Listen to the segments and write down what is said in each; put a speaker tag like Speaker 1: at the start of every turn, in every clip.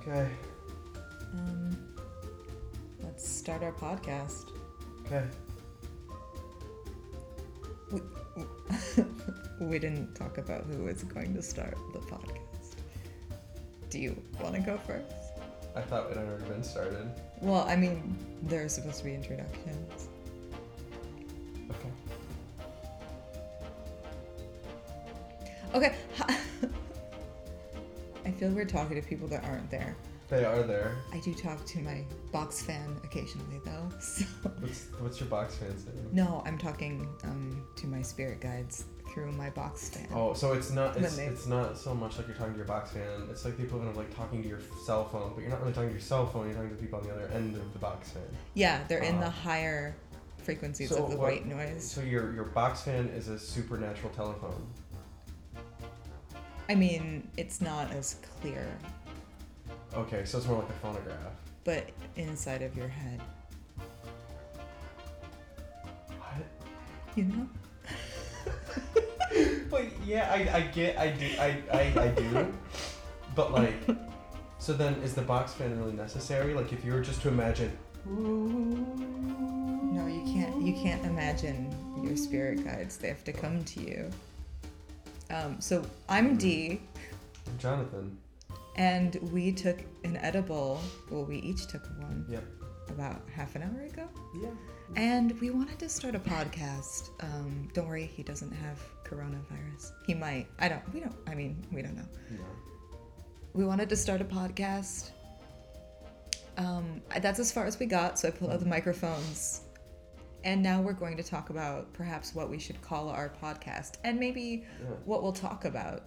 Speaker 1: Okay.
Speaker 2: Um, let's start our podcast.
Speaker 1: Okay.
Speaker 2: We, we didn't talk about who is going to start the podcast. Do you want to go first?
Speaker 1: I thought it had already been started.
Speaker 2: Well, I mean, there are supposed to be introductions.
Speaker 1: Okay.
Speaker 2: Okay. hi- I feel we're talking to people that aren't there.
Speaker 1: They are there.
Speaker 2: I do talk to my box fan occasionally, though. So
Speaker 1: What's what's your box fan's name?
Speaker 2: no, I'm talking um, to my spirit guides through my box fan.
Speaker 1: Oh, so it's not it's,
Speaker 2: When they-
Speaker 1: it's not so much like you're talking to your box fan. It's like the equivalent of like talking to your cell phone, but you're not really talking to your cell phone. You're talking to the people on the other end of the box fan.
Speaker 2: Yeah, they're in the
Speaker 1: Uh,
Speaker 2: higher frequencies
Speaker 1: so
Speaker 2: of the
Speaker 1: what-
Speaker 2: white noise.
Speaker 1: So your your box fan is a supernatural telephone.
Speaker 2: I mean, it's not as clear,
Speaker 1: Okay, so it's more like a phonograph.
Speaker 2: but inside of your head,
Speaker 1: What?
Speaker 2: you know?
Speaker 1: Like yeah, I, I get I do I, I, I do, but like, so then is the box fan really necessary? Like if you were just to imagine,
Speaker 2: No, you can't. You can't imagine your spirit guides. They have to come to you. Um, so I'm D,
Speaker 1: Jonathan,
Speaker 2: and we took an edible. Well, we each took one.
Speaker 1: Yep.
Speaker 2: About half an hour ago,
Speaker 1: yeah,
Speaker 2: and we wanted to start a podcast. Um, don't worry, he doesn't have coronavirus. He might. I don't. We don't. I mean, we don't know.
Speaker 1: no,
Speaker 2: we wanted to start a podcast. Um, I- that's as far as we got, so I pulled out the microphones. And now we're going to talk about perhaps what we should call our podcast and maybe
Speaker 1: yeah,
Speaker 2: what we'll talk about.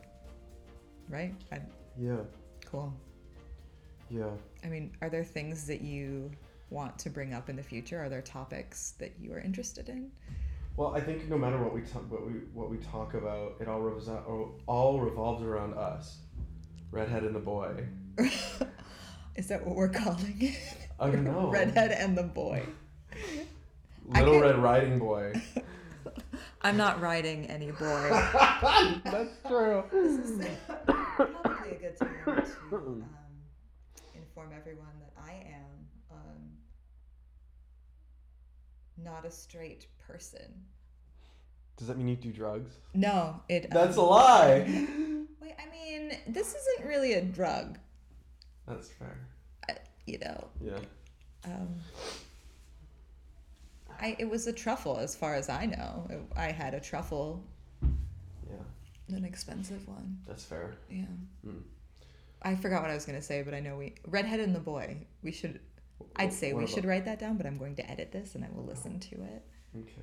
Speaker 2: Right? I,
Speaker 1: yeah,
Speaker 2: cool.
Speaker 1: yeah.
Speaker 2: I mean, are there things that you want to bring up in the future? Are there topics that you are interested in?
Speaker 1: Well, I think no matter what we talk, what we what we talk about, it all revolves or all revolves around us, redhead and the boy.
Speaker 2: Is that what we're calling it?
Speaker 1: I don't know.
Speaker 2: Redhead and the boy. I
Speaker 1: Little
Speaker 2: could-
Speaker 1: Red Riding Boy.
Speaker 2: I'm not riding any boy.
Speaker 1: That's true. Mm.
Speaker 2: probably a good time to um, inform everyone that I am um, not a straight person.
Speaker 1: Does that mean you do drugs?
Speaker 2: No, it.
Speaker 1: That's a
Speaker 2: um,
Speaker 1: lie.
Speaker 2: Wait, I mean, this isn't really a drug,
Speaker 1: That's fair.
Speaker 2: you know.
Speaker 1: Yeah.
Speaker 2: Um, I it was a truffle, as far as I know. I had a truffle,
Speaker 1: Yeah.
Speaker 2: an expensive one.
Speaker 1: That's fair.
Speaker 2: Yeah.
Speaker 1: Mm.
Speaker 2: I forgot what I was gonna say, but I know we redhead and the boy. We should. I'd say
Speaker 1: What
Speaker 2: we
Speaker 1: about-
Speaker 2: should write that down, but I'm going to edit this and I will listen to it.
Speaker 1: Okay.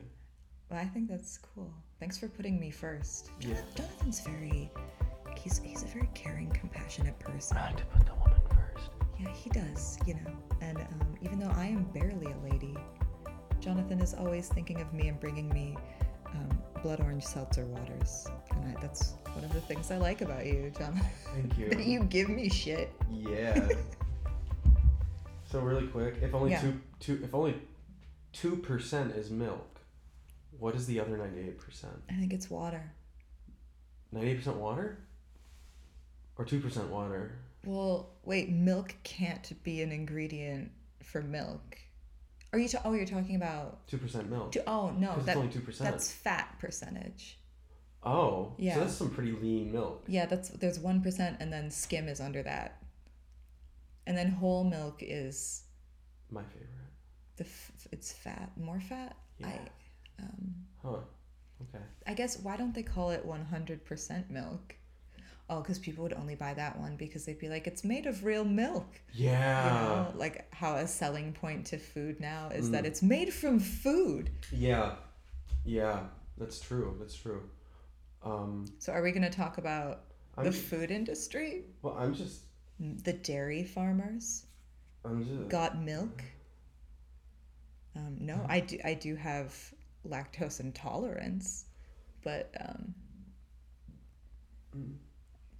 Speaker 2: But I think that's cool. Thanks for putting me first.
Speaker 1: Yeah.
Speaker 2: Jonathan- Jonathan's very. He's he's a very caring, compassionate person.
Speaker 1: to put the woman first.
Speaker 2: Yeah, he does. You know, and um, even though I am barely a lady, Jonathan is always thinking of me and bringing me. Um, blood orange seltzer waters, and I, that's one of the things I like about you, Jonathan.
Speaker 1: Thank you.
Speaker 2: That you give me shit.
Speaker 1: Yeah. so really quick, if only
Speaker 2: Yeah.
Speaker 1: two two if only two percent is milk, what is the other ninety eight percent?
Speaker 2: I think it's water.
Speaker 1: Ninety eight percent water? Or two percent water?
Speaker 2: Well, wait, milk can't be an ingredient for milk. Are you? Ta- oh, you're talking about.
Speaker 1: Two percent milk.
Speaker 2: To, oh no,
Speaker 1: Because
Speaker 2: that,
Speaker 1: it's only two percent.
Speaker 2: that's fat percentage.
Speaker 1: Oh.
Speaker 2: Yeah.
Speaker 1: So that's some pretty lean milk.
Speaker 2: Yeah, that's there's one percent, and then skim is under that, and then whole milk is
Speaker 1: My favorite.
Speaker 2: the f- it's fat, more fat. I,
Speaker 1: Yeah.
Speaker 2: um,
Speaker 1: Huh. Okay.
Speaker 2: I guess why don't they call it one hundred percent milk? Oh, because people would only buy that one because they'd be like, it's made of real milk. you
Speaker 1: Yeah.
Speaker 2: know, like how a selling point to food now is that it's made from food.
Speaker 1: Yeah. Yeah. That's true. That's true. Um
Speaker 2: So are we going to talk about
Speaker 1: I'm
Speaker 2: the
Speaker 1: ju-
Speaker 2: food industry?
Speaker 1: well I'm just
Speaker 2: The dairy farmers
Speaker 1: I'm just
Speaker 2: got milk. Um, no, I do. I do have lactose intolerance, but um, I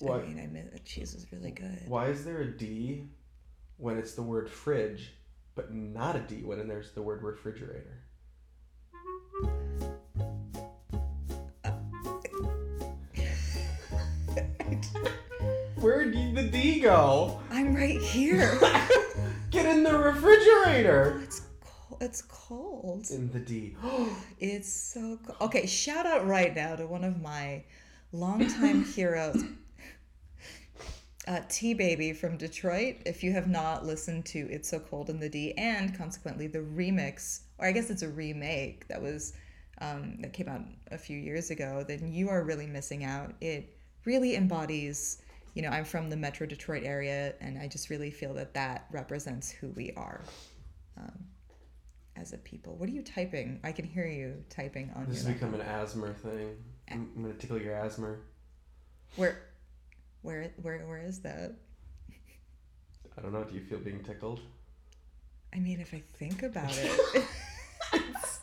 Speaker 1: Why-
Speaker 2: mean, I miss the cheese is really good.
Speaker 1: Why is there a D when it's the word fridge, but not a D when there's the word refrigerator? Where did the D go?
Speaker 2: I'm right here.
Speaker 1: Get in the refrigerator.
Speaker 2: it's cold. It's cold.
Speaker 1: In the D.
Speaker 2: It's so cold. Okay, shout out right now to one of my longtime heroes, uh, T Baby from Detroit. If you have not listened to It's So Cold in the D and consequently the remix, or I guess it's a remake that was um, that came out a few years ago, then you are really missing out. It really embodies, you know, I'm from the Metro Detroit area, and I just really feel that that represents who we are um, as a people. What are you typing? I can hear you typing on
Speaker 1: This has
Speaker 2: your.
Speaker 1: become an asthma thing. I'm, I'm gonna tickle your asthma.
Speaker 2: Where, where, where, where is that?
Speaker 1: I don't know. Do you feel being tickled?
Speaker 2: I mean, if I think about it, it's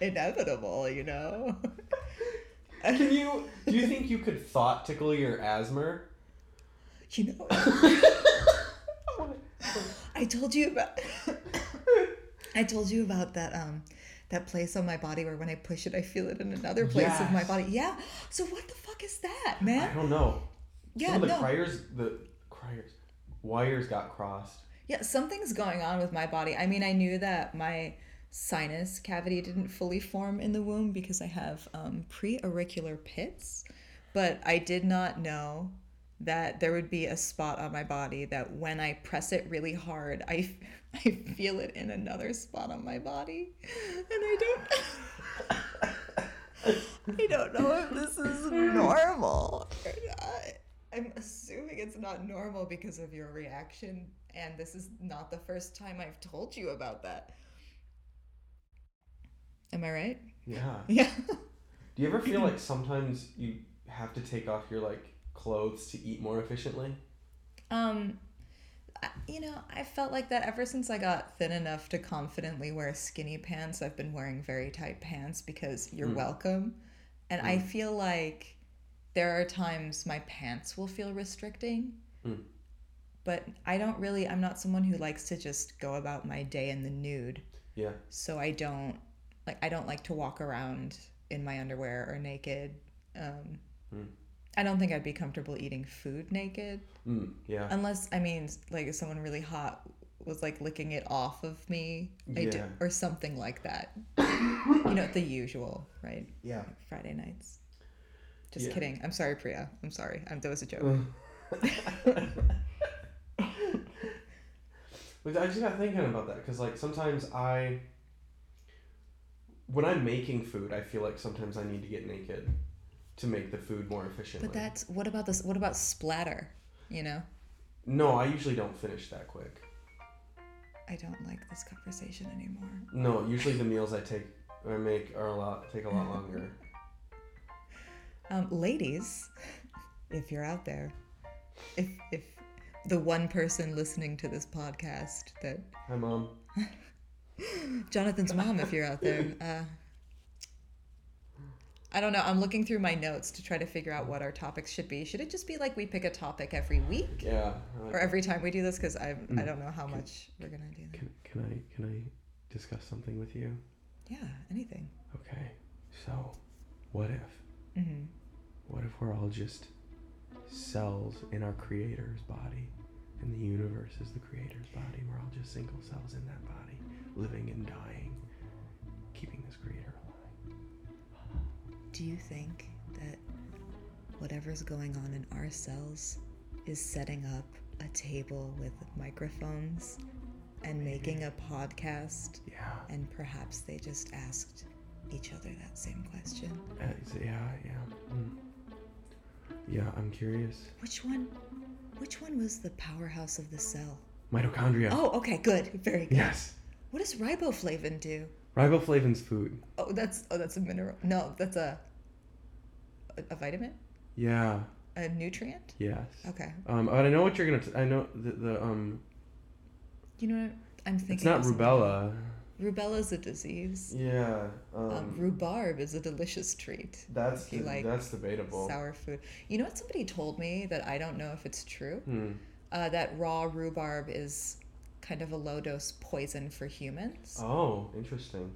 Speaker 2: inevitable, you know.
Speaker 1: Can you? Do you think you could thought tickle your asthma?
Speaker 2: You know, I told you about. I told you about that um, that place on my body where when I push it, I feel it in another place of my
Speaker 1: Yes.
Speaker 2: body. Yeah. So what the fuck is that,
Speaker 1: I
Speaker 2: man?
Speaker 1: don't know.
Speaker 2: Yeah,
Speaker 1: Some of the
Speaker 2: no.
Speaker 1: criers, the criers, wires got crossed.
Speaker 2: Yeah, something's going on with my body. I mean, I knew that my sinus cavity didn't fully form in the womb because I have um, pre auricular pits, but I did not know that there would be a spot on my body that when I press it really hard, I, I feel it in another spot on my body. And I don't. I don't know if this is normal or not. I'm assuming it's not normal because of your reaction, and this is not the first time I've told you about that. Am I right?
Speaker 1: Yeah.
Speaker 2: Yeah.
Speaker 1: Do you ever feel like sometimes you have to take off your like clothes to eat more efficiently?
Speaker 2: Um, I- you know, I felt like that ever since I got thin enough to confidently wear skinny pants. I've been wearing very tight pants because you're welcome. And I feel like there are times my pants will feel restricting.
Speaker 1: Mm.
Speaker 2: But I don't really, I'm not someone who likes to just go about my day in the nude.
Speaker 1: Yeah.
Speaker 2: So I don't, like, I don't like to walk around in my underwear or naked. Um,
Speaker 1: Mm.
Speaker 2: I don't think I'd be comfortable eating food naked.
Speaker 1: Mm, yeah.
Speaker 2: Unless I mean, like if someone really hot was like licking it off of me, I do,
Speaker 1: Yeah.
Speaker 2: or something like that. you know, the usual, right?
Speaker 1: Yeah.
Speaker 2: Friday nights. Just
Speaker 1: Yeah.
Speaker 2: kidding. I'm sorry, Priya. I'm sorry. Um, that was a joke.
Speaker 1: But I just got thinking about that because, like, sometimes I, when I'm making food, I feel like sometimes I need to get naked to make the food more efficiently.
Speaker 2: But that's what about this? What about splatter? You know,
Speaker 1: no, I usually don't finish that quick.
Speaker 2: I don't like this conversation anymore.
Speaker 1: No, usually the meals I take or make are a lot take a lot longer.
Speaker 2: Um, ladies, if you're out there, if if the one person listening to this podcast that
Speaker 1: Hi, mom.
Speaker 2: Jonathan's mom, if you're out there. Uh, I don't know. I'm looking through my notes to try to figure out what our topics should be. Should it just be like we pick a topic every week
Speaker 1: Yeah. I like-
Speaker 2: or every time we do this? Because I I don't know how much we're gonna do. That.
Speaker 1: Can, can I can I discuss something with you?
Speaker 2: Yeah, anything.
Speaker 1: Okay. So, what if?
Speaker 2: hmm
Speaker 1: What if we're all just cells in our creator's body and the universe is the creator's body? We're all just single cells in that body, living and dying, keeping this creator alive.
Speaker 2: Do you think that whatever's going on in our cells is setting up a table with microphones and making a podcast?
Speaker 1: Yeah.
Speaker 2: And perhaps they just asked each other that same question.
Speaker 1: Uh, is it- yeah, yeah. Mm. Yeah, I'm curious.
Speaker 2: Which one? Which one was the powerhouse of the cell?
Speaker 1: Mitochondria.
Speaker 2: Oh, okay, good, very good.
Speaker 1: Yes.
Speaker 2: What does riboflavin do?
Speaker 1: Riboflavin's food.
Speaker 2: Oh, that's oh, that's a mineral. No, that's a a, a vitamin,
Speaker 1: Yeah.
Speaker 2: a nutrient.
Speaker 1: Yes.
Speaker 2: Okay,
Speaker 1: Um, but I know what you're gonna. T- I know the, the um.
Speaker 2: you know what I'm thinking.
Speaker 1: It's not
Speaker 2: of something.
Speaker 1: rubella.
Speaker 2: Rubella's a disease.
Speaker 1: Yeah.
Speaker 2: Um, rhubarb is a delicious treat.
Speaker 1: that's
Speaker 2: if you like
Speaker 1: that's debatable.
Speaker 2: sour food. You know what? Somebody told me that I don't know if it's true.
Speaker 1: Hmm.
Speaker 2: Uh, that raw rhubarb is kind of a low dose poison for humans.
Speaker 1: Oh, interesting.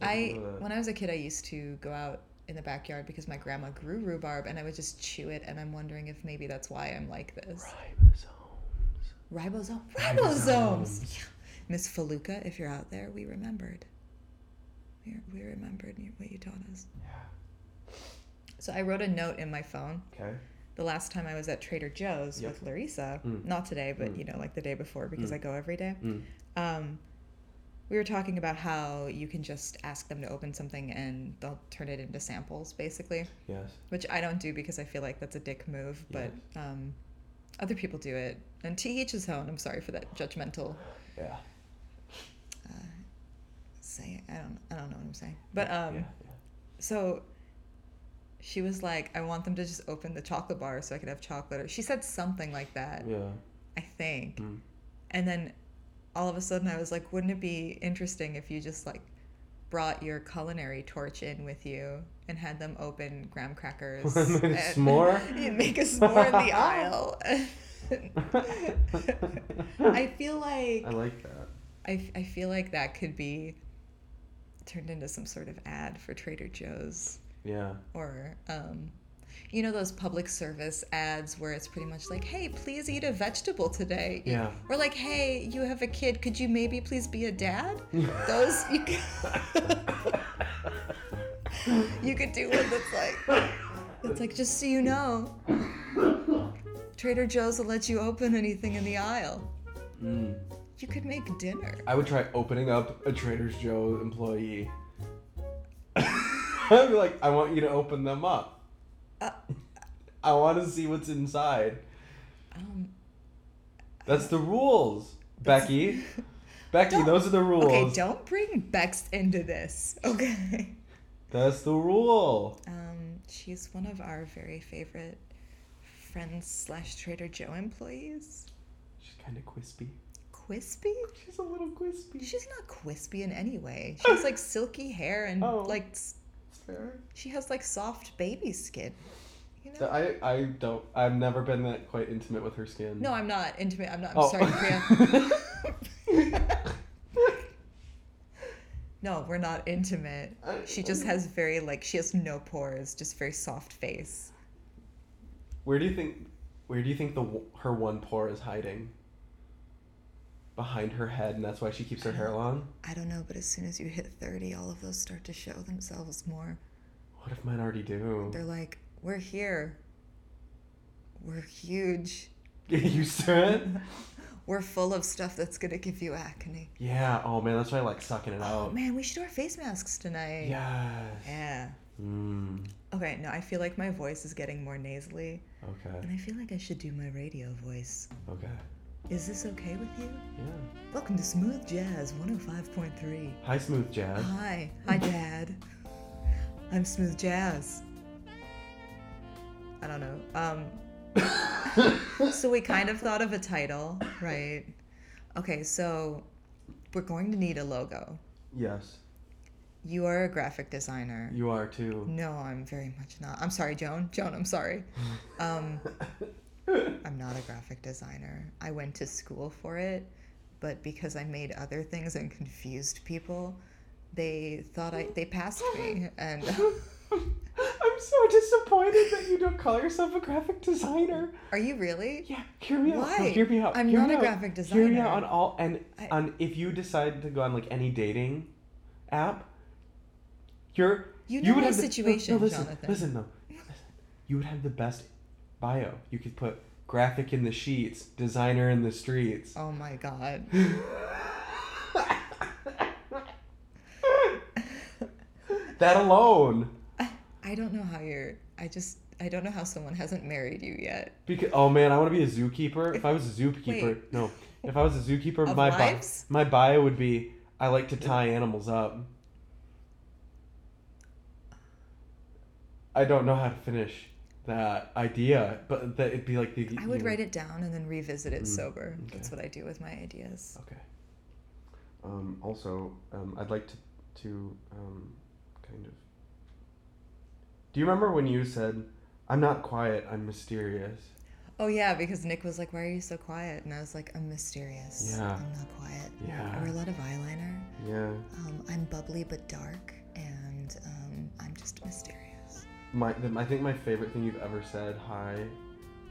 Speaker 2: I
Speaker 1: didn't know that.
Speaker 2: when I was a kid, I used to go out in the backyard because my grandma grew rhubarb and I would just chew it and I'm wondering if maybe that's why I'm like this.
Speaker 1: Ribosomes.
Speaker 2: Ribosome.
Speaker 1: Ribosomes.
Speaker 2: Ribosomes. Yeah. Miss Faluca, if you're out there, we remembered. We, we remembered you- what you taught us.
Speaker 1: Yeah.
Speaker 2: So I wrote a note in my phone
Speaker 1: Okay.
Speaker 2: the last time I was at Trader Joe's
Speaker 1: Yep.
Speaker 2: with Larissa.
Speaker 1: Mm.
Speaker 2: Not today, but
Speaker 1: Mm.
Speaker 2: you know, like the day before because
Speaker 1: Mm.
Speaker 2: I go every day.
Speaker 1: Mm.
Speaker 2: Um, we were talking about how you can just ask them to open something and they'll turn it into samples, basically,
Speaker 1: Yes.
Speaker 2: which I don't do because I feel like that's a dick move, but um, other people do it. And to each his own. I'm sorry for that judgmental
Speaker 1: Yeah.
Speaker 2: uh, say. I don't. I don't know what I'm saying. But um,
Speaker 1: yeah.
Speaker 2: so she was like, I want them to just open the chocolate bar so I could have chocolate. Or she said something like that.
Speaker 1: Yeah.
Speaker 2: I think.
Speaker 1: Mm.
Speaker 2: And then all of a sudden I was like, wouldn't it be interesting if you just like brought your culinary torch in with you and had them open graham crackers?
Speaker 1: Make a
Speaker 2: and-
Speaker 1: s'more?
Speaker 2: Yeah, make a s'more in the aisle.
Speaker 1: hmm.
Speaker 2: I feel like
Speaker 1: I like that.
Speaker 2: I, f- I feel like that could be turned into some sort of ad for Trader Joe's
Speaker 1: Yeah.
Speaker 2: or um, you know those public service ads where it's pretty much like, "Hey, please eat a vegetable today."
Speaker 1: Yeah.
Speaker 2: Or like, "Hey, you have a kid. Could you maybe please be a dad?" those you could, you could do one that's like it's like just so you know, Trader Joe's will let you open anything in the aisle.
Speaker 1: Mm.
Speaker 2: You could make dinner.
Speaker 1: I would try opening up a Trader Joe employee. I'd be like, I want you to open them up.
Speaker 2: Uh.
Speaker 1: I want to see what's inside.
Speaker 2: Um,
Speaker 1: That's the rules, Becky. Becky,
Speaker 2: Don't-
Speaker 1: those are the rules.
Speaker 2: okay, don't bring Bex into this. Okay.
Speaker 1: That's the rule.
Speaker 2: Um, she's one of our very favorite friends slash Trader Joe employees.
Speaker 1: She's kind of quispy.
Speaker 2: Quispy?
Speaker 1: She's a little quispy.
Speaker 2: She's not quispy in any way. She has like silky hair and
Speaker 1: Oh.
Speaker 2: like s-
Speaker 1: It's fair.
Speaker 2: she has like soft baby skin. You know?
Speaker 1: I, I don't. I've never been that quite intimate with her skin.
Speaker 2: no, I'm not intimate. I'm not. I'm
Speaker 1: Oh.
Speaker 2: sorry, Priya. no, we're not intimate.
Speaker 1: I-
Speaker 2: She just has very like she has no pores, just very soft face.
Speaker 1: Where do you think? Where do you think the w- her one pore is hiding? Behind her head, and that's why she keeps her hair long.
Speaker 2: I don't know, but as soon as you hit 30, all of those start to show themselves more.
Speaker 1: What if mine already do?
Speaker 2: They're like, we're here. We're huge.
Speaker 1: You used to it?
Speaker 2: We're full of stuff that's gonna give you acne.
Speaker 1: Yeah. Oh man, that's why I like sucking it
Speaker 2: Oh
Speaker 1: out.
Speaker 2: man, we should wear face masks tonight.
Speaker 1: Yes.
Speaker 2: Yeah.
Speaker 1: Mmm.
Speaker 2: Okay, no, I feel like my voice is getting more nasally,
Speaker 1: Okay.
Speaker 2: and I feel like I should do my radio voice.
Speaker 1: Okay.
Speaker 2: Is this okay with you?
Speaker 1: Yeah.
Speaker 2: Welcome to Smooth Jazz 105.3.
Speaker 1: Hi, smooth jazz.
Speaker 2: Hi. Hi, Dad. I'm Smooth Jazz. I don't know. Um, so we kind of thought of a title, right? Okay, so we're going to need a logo.
Speaker 1: yes.
Speaker 2: You are a graphic designer.
Speaker 1: You are too.
Speaker 2: No, I'm very much not. I'm sorry, Joan. Joan, I'm sorry. Um, I'm not a graphic designer. I went to school for it, but because I made other things and confused people, they thought I they passed me and uh,
Speaker 1: I'm so disappointed that you don't call yourself a graphic designer.
Speaker 2: Are you really?
Speaker 1: Yeah, hear me out. No,
Speaker 2: Why?
Speaker 1: hear me out.
Speaker 2: I'm
Speaker 1: hear
Speaker 2: not
Speaker 1: me
Speaker 2: a
Speaker 1: out.
Speaker 2: graphic
Speaker 1: Hear me
Speaker 2: designer.
Speaker 1: out on all and
Speaker 2: I-
Speaker 1: on if you decide to go on like any dating app, you're
Speaker 2: You know
Speaker 1: would
Speaker 2: my
Speaker 1: have the- no,
Speaker 2: situation,
Speaker 1: no, listen,
Speaker 2: Jonathan.
Speaker 1: listen though, you would have the best bio. You could put graphic in the sheets, designer in the streets.
Speaker 2: Oh my god. Oh.
Speaker 1: That alone,
Speaker 2: I don't know how you're I just I don't know how someone hasn't married you yet.
Speaker 1: because oh man, I want to be a zookeeper. If I was a zookeeper,
Speaker 2: Wait.
Speaker 1: no, if I was a zookeeper,
Speaker 2: Of
Speaker 1: my bi-
Speaker 2: lives?
Speaker 1: my bio would be I like to tie animals up. I don't know how to finish that idea, but that it'd be like the.
Speaker 2: I would write it down and then revisit it sober.
Speaker 1: Mm, okay.
Speaker 2: That's what I do with my ideas.
Speaker 1: Okay. Um, also, um, I'd like to, to um, kind of. Do you remember when you said, "I'm not quiet, I'm mysterious"?
Speaker 2: Oh yeah, because Nick was like, "Why are you so quiet?" And I was like, "I'm mysterious.
Speaker 1: Yeah.
Speaker 2: I'm not quiet. I
Speaker 1: Yeah.
Speaker 2: wear a lot of eyeliner.
Speaker 1: Yeah.
Speaker 2: Um, I'm bubbly but dark, and um, I'm just mysterious."
Speaker 1: my the, I think my favorite thing you've ever said hi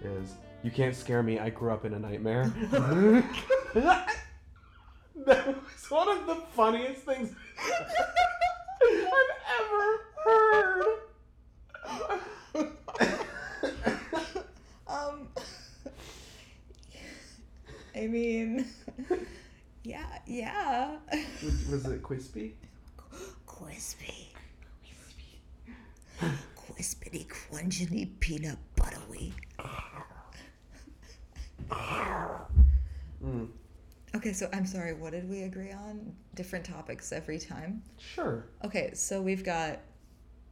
Speaker 1: is you can't scare me. I grew up in a nightmare. that was one of the funniest things I've ever heard.
Speaker 2: Um, I mean, yeah, yeah.
Speaker 1: was, was it Quispy?
Speaker 2: Crispy, crispity, crunchity, peanut buttery.
Speaker 1: Mm,
Speaker 2: Okay, so I'm sorry. What did we agree on? Different topics every time.
Speaker 1: sure.
Speaker 2: Okay, so we've got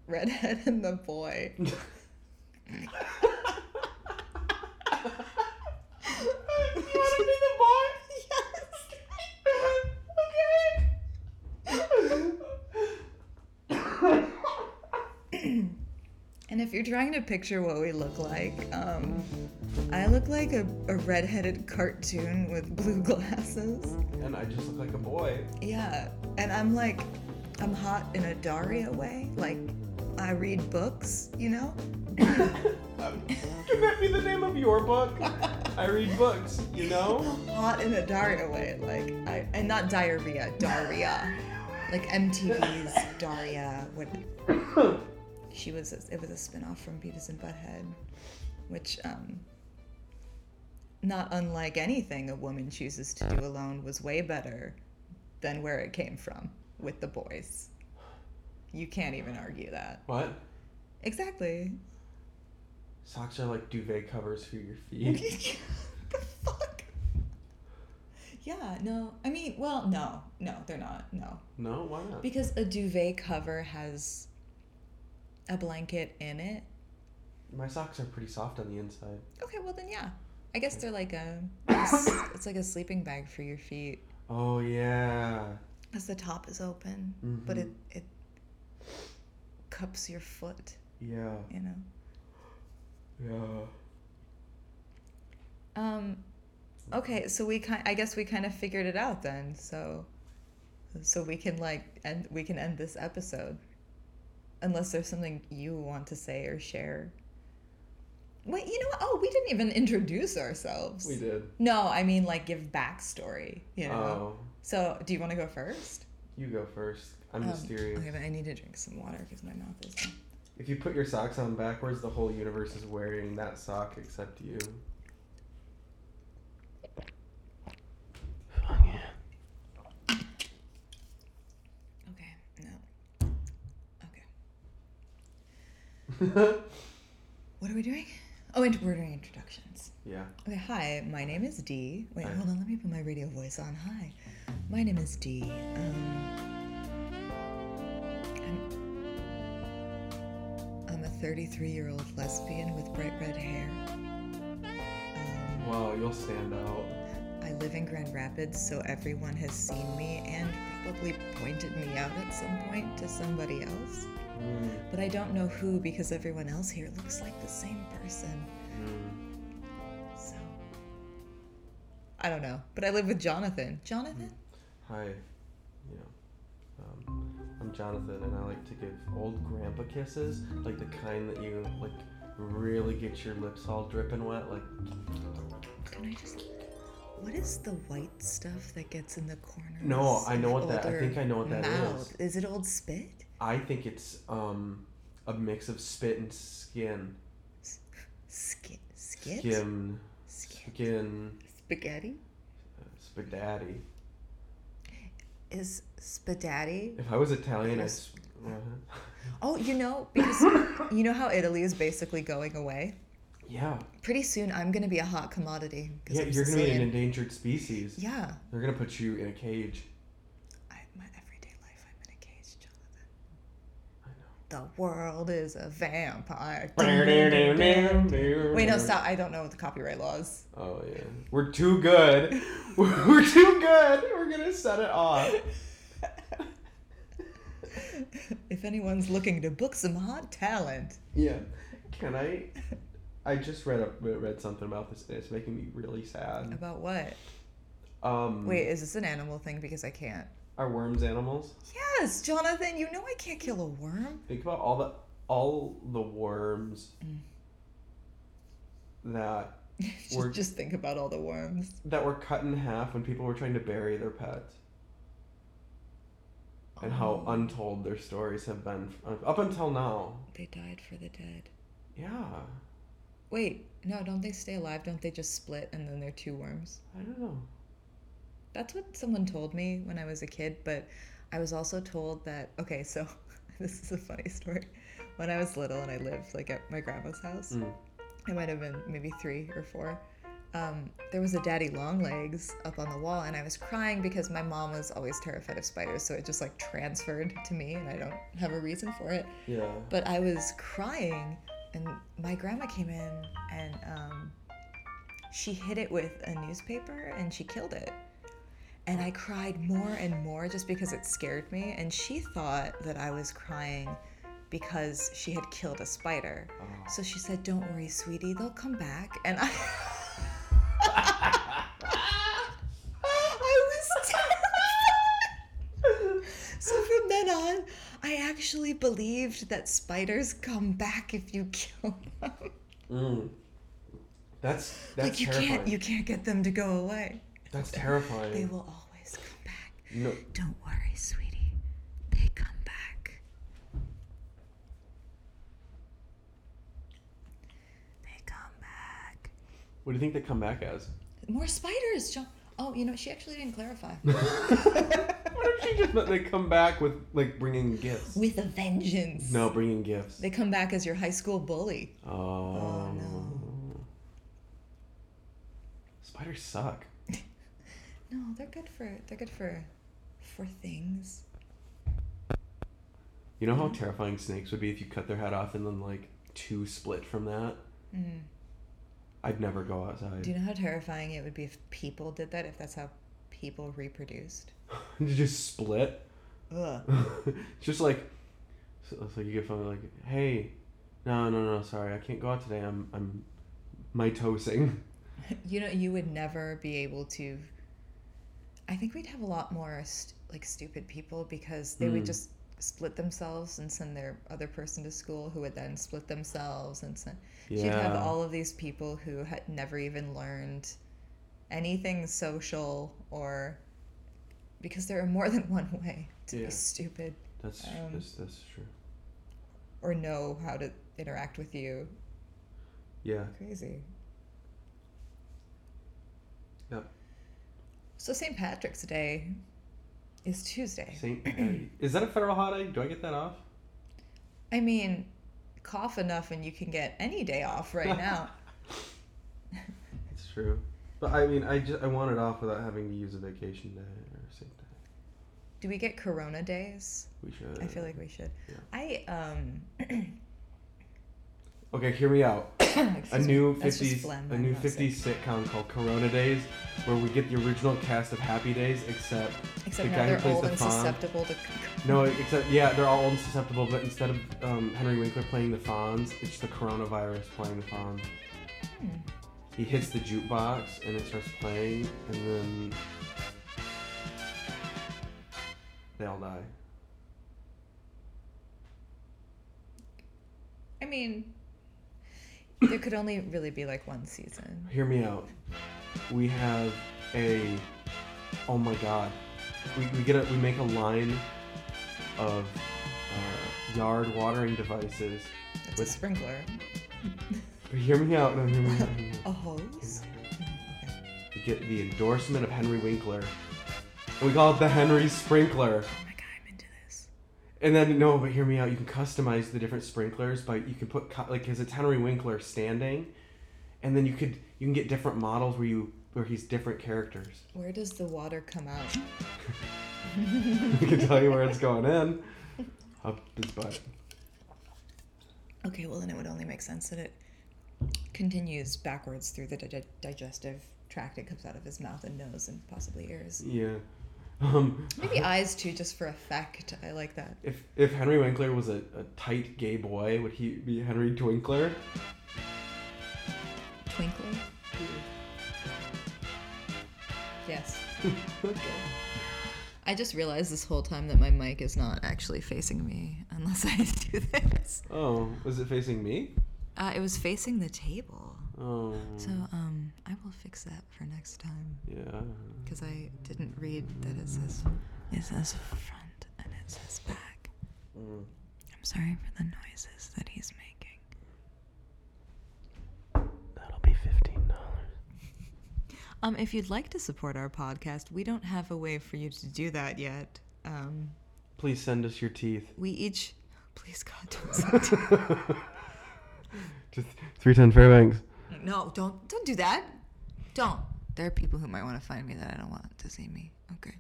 Speaker 2: redhead and the boy.
Speaker 1: You wanna be the boy? Okay.
Speaker 2: And if you're trying to picture what we look like, um, I look like a, a redheaded cartoon with blue glasses.
Speaker 1: and I just look like a boy.
Speaker 2: Yeah, and I'm like, I'm hot in a Daria way. Like, I read books, you know?
Speaker 1: Um, Can that be the name of your book? I read books, you know?
Speaker 2: Hot in a Daria way. Like, I, and not diarrhea, Daria. Like MTV's Daria. When she was, a, it was a spin-off from Beavis and Butthead, which, um, not unlike anything a woman chooses to do alone, was way better than where it came from with the boys. You can't even argue that.
Speaker 1: what?
Speaker 2: Exactly.
Speaker 1: Socks are like duvet covers for your feet.
Speaker 2: the fuck? Yeah, no. I mean, well, no, no, they're not. No.
Speaker 1: No, why not?
Speaker 2: Because a duvet cover has a blanket in it.
Speaker 1: My socks are pretty soft on the inside.
Speaker 2: Okay, well then yeah. I guess they're like a it's, it's like a sleeping bag for your feet.
Speaker 1: Oh yeah.
Speaker 2: Cuz the top is open, but it
Speaker 1: Mhm.
Speaker 2: it cups your foot,
Speaker 1: Yeah.
Speaker 2: you know.
Speaker 1: Yeah.
Speaker 2: Um okay, so we kind I guess we kind of figured it out then. So so we can like end we can end this episode. Unless there's something you want to say or share. Wait, you know what? Oh, we didn't even introduce ourselves.
Speaker 1: We did.
Speaker 2: No, I mean like give backstory, you know.
Speaker 1: Oh.
Speaker 2: So, do you want to go first?
Speaker 1: You go first. I'm
Speaker 2: Um,
Speaker 1: mysterious.
Speaker 2: Okay, but I need to drink some water because my mouth is.
Speaker 1: If you put your socks on backwards, the whole universe is wearing that sock except you. Oh, yeah.
Speaker 2: Okay, no. Okay. What are we doing? Oh, and we're doing introductions.
Speaker 1: yeah.
Speaker 2: Okay, hi, my name is Dee. Wait,
Speaker 1: Hi.
Speaker 2: hold on, let me put my radio voice on. Hi, my name is Dee. Um, I'm, I'm a 33 year old lesbian with bright red hair. Um,
Speaker 1: Wow, you'll stand out.
Speaker 2: I live in Grand Rapids, so everyone has seen me and probably pointed me out at some point to somebody else.
Speaker 1: Mm,
Speaker 2: But I don't know who because everyone else here looks like the same person.
Speaker 1: mm.
Speaker 2: So. I don't know. But I live with Jonathan. Jonathan?
Speaker 1: Hi. Yeah. Um, I'm Jonathan, and I like to give old grandpa kisses, like the kind that you like really get your lips all dripping wet, like
Speaker 2: Can I just. What is the white stuff that gets in the corner?
Speaker 1: No, I know what that- I think I know what that
Speaker 2: that
Speaker 1: is.
Speaker 2: is. Is it old spit?
Speaker 1: I think it's um a mix of spit and skin.
Speaker 2: Skit? Skit?
Speaker 1: Skin,
Speaker 2: Skit?
Speaker 1: skin,
Speaker 2: Spaghetti?
Speaker 1: uh, spaghetti.
Speaker 2: Is spadaddy
Speaker 1: If I was Italian, I.
Speaker 2: Yes.
Speaker 1: uh
Speaker 2: Oh, you know, because you know how Italy is basically going away.
Speaker 1: uh-huh. Yeah,
Speaker 2: Pretty soon, I'm going to be a hot commodity. 'cause
Speaker 1: yeah,
Speaker 2: I'm
Speaker 1: you're gonna be an
Speaker 2: Sicilian.
Speaker 1: endangered species.
Speaker 2: Yeah,
Speaker 1: They're gonna put you in a cage.
Speaker 2: I, my everyday life, I'm in a cage, Jonathan.
Speaker 1: I
Speaker 2: The world is a vampire. Wait,
Speaker 1: Wait,
Speaker 2: no, stop. I don't know the copyright laws.
Speaker 1: Oh yeah, we're too good. We're too good. We're gonna set it off.
Speaker 2: if anyone's looking to book some hot talent,
Speaker 1: Yeah. Can I? I just read up read something about this, and it's making me really sad.
Speaker 2: about what?
Speaker 1: Um,
Speaker 2: Wait, is this an animal thing? Because I can't.
Speaker 1: are worms animals?
Speaker 2: Yes, Jonathan, you know I can't kill a worm.
Speaker 1: Think about all the all the worms
Speaker 2: Mm.
Speaker 1: that We're-
Speaker 2: just, just think about all the worms.
Speaker 1: that were cut in half when people were trying to bury their pets and how
Speaker 2: Oh,
Speaker 1: untold their stories have been f- uh, up until now.
Speaker 2: they died for the dead.
Speaker 1: Yeah,
Speaker 2: Wait, no, don't they stay alive? Don't they just split and then they're two worms?
Speaker 1: I don't know.
Speaker 2: That's what someone told me when I was a kid, but I was also told that okay, so this is a funny story. When I was little and I lived like at my grandma's house,
Speaker 1: Mm.
Speaker 2: I might have been maybe three or four. Um, there was a daddy long legs up on the wall, and I was crying because my mom was always terrified of spiders, so it just like transferred to me, and I don't have a reason for it.
Speaker 1: Yeah.
Speaker 2: But I was crying, and my grandma came in and um, she hit it with a newspaper and she killed it. And I cried more and more just because it scared me. And she thought that I was crying because she had killed a spider.
Speaker 1: Oh.
Speaker 2: So she said, Don't worry, sweetie, they'll come back. And I. I was terrified. So from then on, I actually believed that spiders come back if you kill them.
Speaker 1: Mm. That's that's
Speaker 2: like you
Speaker 1: terrifying.
Speaker 2: can't you can't get them to go away.
Speaker 1: That's
Speaker 2: They
Speaker 1: terrifying.
Speaker 2: will always come back.
Speaker 1: No,
Speaker 2: Don't worry, sweetie. They come back. They come back.
Speaker 1: what do you think they come back as?
Speaker 2: More spiders, John. Oh, you know, she actually didn't clarify.
Speaker 1: What if she just meant they come back with like bringing gifts?
Speaker 2: With a vengeance.
Speaker 1: No, bringing gifts.
Speaker 2: They come back as your high school bully.
Speaker 1: Oh.
Speaker 2: no.
Speaker 1: Spiders suck.
Speaker 2: No, they're good for they're good for for things.
Speaker 1: You know how terrifying snakes would be if you cut their head off and then like two split from that?
Speaker 2: Mm.
Speaker 1: I'd never go outside.
Speaker 2: Do you know how terrifying it would be if people did that? If that's how people reproduced.
Speaker 1: You just split.
Speaker 2: Ugh.
Speaker 1: just like, so, so you get phone like, hey, no, no, no, sorry, I can't go out today. I'm, I'm, mitosing.
Speaker 2: You know, you would never be able to. I think we'd have a lot more st- like stupid people because they would
Speaker 1: Mm.
Speaker 2: just split themselves and send their other person to school, who would then split themselves and send.
Speaker 1: Yeah.
Speaker 2: She'd have all of these people who had never even learned anything social or because there are more than one way to
Speaker 1: Yeah.
Speaker 2: be stupid
Speaker 1: that's, tr-
Speaker 2: um,
Speaker 1: that's that's true.
Speaker 2: or know how to interact with you.
Speaker 1: Yeah.
Speaker 2: Crazy.
Speaker 1: Yep.
Speaker 2: So St. Patrick's Day is Tuesday.
Speaker 1: Saint Patty- Is that a federal holiday? Do I get that off?
Speaker 2: I mean, cough enough and you can get any day off right now.
Speaker 1: It's true. But I mean, I just I want it off without having to use a vacation day or Saint Day.
Speaker 2: Do we get Corona days?
Speaker 1: We should.
Speaker 2: I feel like we should.
Speaker 1: Uh, yeah.
Speaker 2: I um.
Speaker 1: Okay, hear me out. a
Speaker 2: excuse me.
Speaker 1: new
Speaker 2: That's just
Speaker 1: 50s
Speaker 2: phlegm,
Speaker 1: a
Speaker 2: I'm
Speaker 1: new
Speaker 2: not sick.
Speaker 1: 50s sitcom called Corona Days where we get the original cast of Happy Days except
Speaker 2: Except
Speaker 1: the
Speaker 2: now
Speaker 1: guy who
Speaker 2: they're
Speaker 1: plays
Speaker 2: old
Speaker 1: the
Speaker 2: and
Speaker 1: fawn.
Speaker 2: susceptible to.
Speaker 1: no except yeah they're all old and susceptible but instead of um, Henry Winkler playing the Fonz it's the coronavirus playing the Fonz
Speaker 2: Hmm.
Speaker 1: he hits the jukebox and it starts playing and then they all die
Speaker 2: I mean, there could only really be like one season.
Speaker 1: hear me out we have a oh my god we, we get a we make a line of uh, yard watering devices
Speaker 2: It's
Speaker 1: With-
Speaker 2: a sprinkler,
Speaker 1: But hear me out. No, hear me out. hear me
Speaker 2: a
Speaker 1: out.
Speaker 2: hose. Oh
Speaker 1: You get the endorsement of Henry Winkler. And we call it the Henry Sprinkler.
Speaker 2: Oh my god, I'm into this.
Speaker 1: And then no, but hear me out. You can customize the different sprinklers, but you can put co- like because it's Henry Winkler standing, and then you could you can get different models where you where he's different characters.
Speaker 2: Where does the water come out?
Speaker 1: I can tell you where it's going in. Up his butt.
Speaker 2: Okay, well then it would only make sense that it continues backwards through the di- digestive tract. It comes out of his mouth and nose and possibly ears.
Speaker 1: Yeah. Um,
Speaker 2: Maybe eyes too, just for effect. I like that.
Speaker 1: if if Henry Winkler was a, a tight gay boy, would he be Henry Twinkler?
Speaker 2: Twinkler. Yes.
Speaker 1: okay.
Speaker 2: I just realized this whole time that my mic is not actually facing me unless I do this.
Speaker 1: Oh, was it facing me?
Speaker 2: Uh, it was facing the table.
Speaker 1: Oh.
Speaker 2: So um, I will fix that for next time
Speaker 1: yeah.
Speaker 2: because I didn't read that it says it says front and it says back.
Speaker 1: Mm.
Speaker 2: I'm sorry for the noises that he's making.
Speaker 1: That'll be fifteen dollars.
Speaker 2: Um, if you'd like to support our podcast, we don't have a way for you to do that yet. Um,
Speaker 1: Please send us your teeth.
Speaker 2: we each, please God, don't send to-
Speaker 1: Just three ten Fairbanks.
Speaker 2: no, don't, don't do that. Don't. There are people who might want to find me that I don't want to see me. Okay,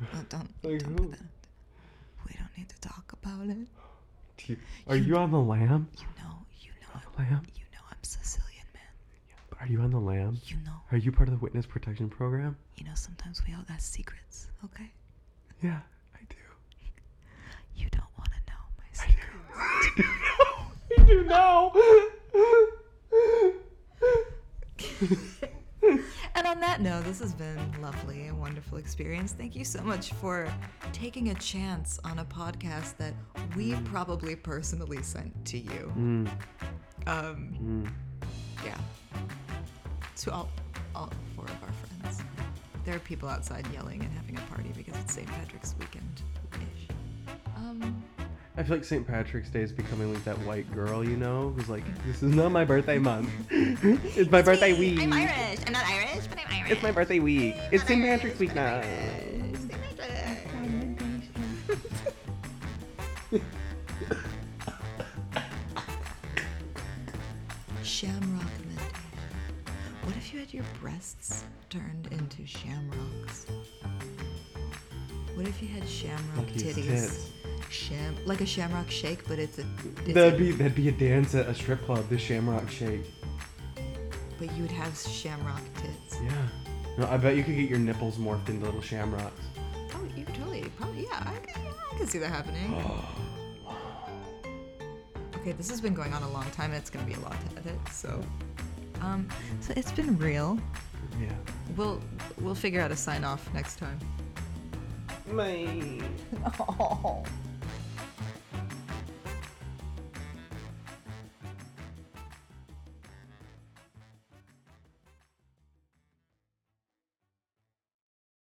Speaker 2: No, don't,
Speaker 1: Like
Speaker 2: don't
Speaker 1: who?
Speaker 2: put that. out there. We don't need to talk about it.
Speaker 1: Do you- Are you on the lamb?
Speaker 2: You know, you know, I'm,
Speaker 1: Lamb?
Speaker 2: you know, I'm Sicilian, man.
Speaker 1: Are you on the lamb?
Speaker 2: You know,
Speaker 1: Are you part of the witness protection program?
Speaker 2: you know. Sometimes we all got secrets. Okay,
Speaker 1: Yeah, I do.
Speaker 2: you don't want to know my
Speaker 1: I
Speaker 2: secret.
Speaker 1: do. I do know.
Speaker 2: And on that note, this has been lovely and wonderful experience. Thank you so much for taking a chance on a podcast that we probably personally sent to you.
Speaker 1: Mm,
Speaker 2: Um,
Speaker 1: mm.
Speaker 2: yeah, to all, all four of our friends. There are people outside yelling and having a party because it's St. Patrick's weekend ish. Um,
Speaker 1: I feel like St. Patrick's Day is becoming like that white girl, you know, who's like, this is not my birthday month. it's my birthday week.
Speaker 3: I'm Irish. I'm not Irish, but I'm Irish.
Speaker 1: It's my birthday week. It's St. Patrick's week now.
Speaker 2: shamrock meditation. What if you had your breasts turned into shamrocks? What if you had shamrock
Speaker 1: Like these
Speaker 2: titties?
Speaker 1: tits.
Speaker 2: Sham, like a shamrock shake, but it's a. It's
Speaker 1: That'd
Speaker 2: a-
Speaker 1: be that'd be a dance at a strip club. The Shamrock Shake.
Speaker 2: But you would have shamrock tits.
Speaker 1: Yeah. No, I bet you could get your nipples morphed into little shamrocks.
Speaker 2: Oh, you could totally, probably, yeah. I could, yeah, I could see that happening. okay, this has been going on a long time, and it's gonna be a lot to edit. So, um, so it's been real.
Speaker 1: Yeah.
Speaker 2: We'll we'll figure out a sign off next time.
Speaker 1: My.
Speaker 2: Oh.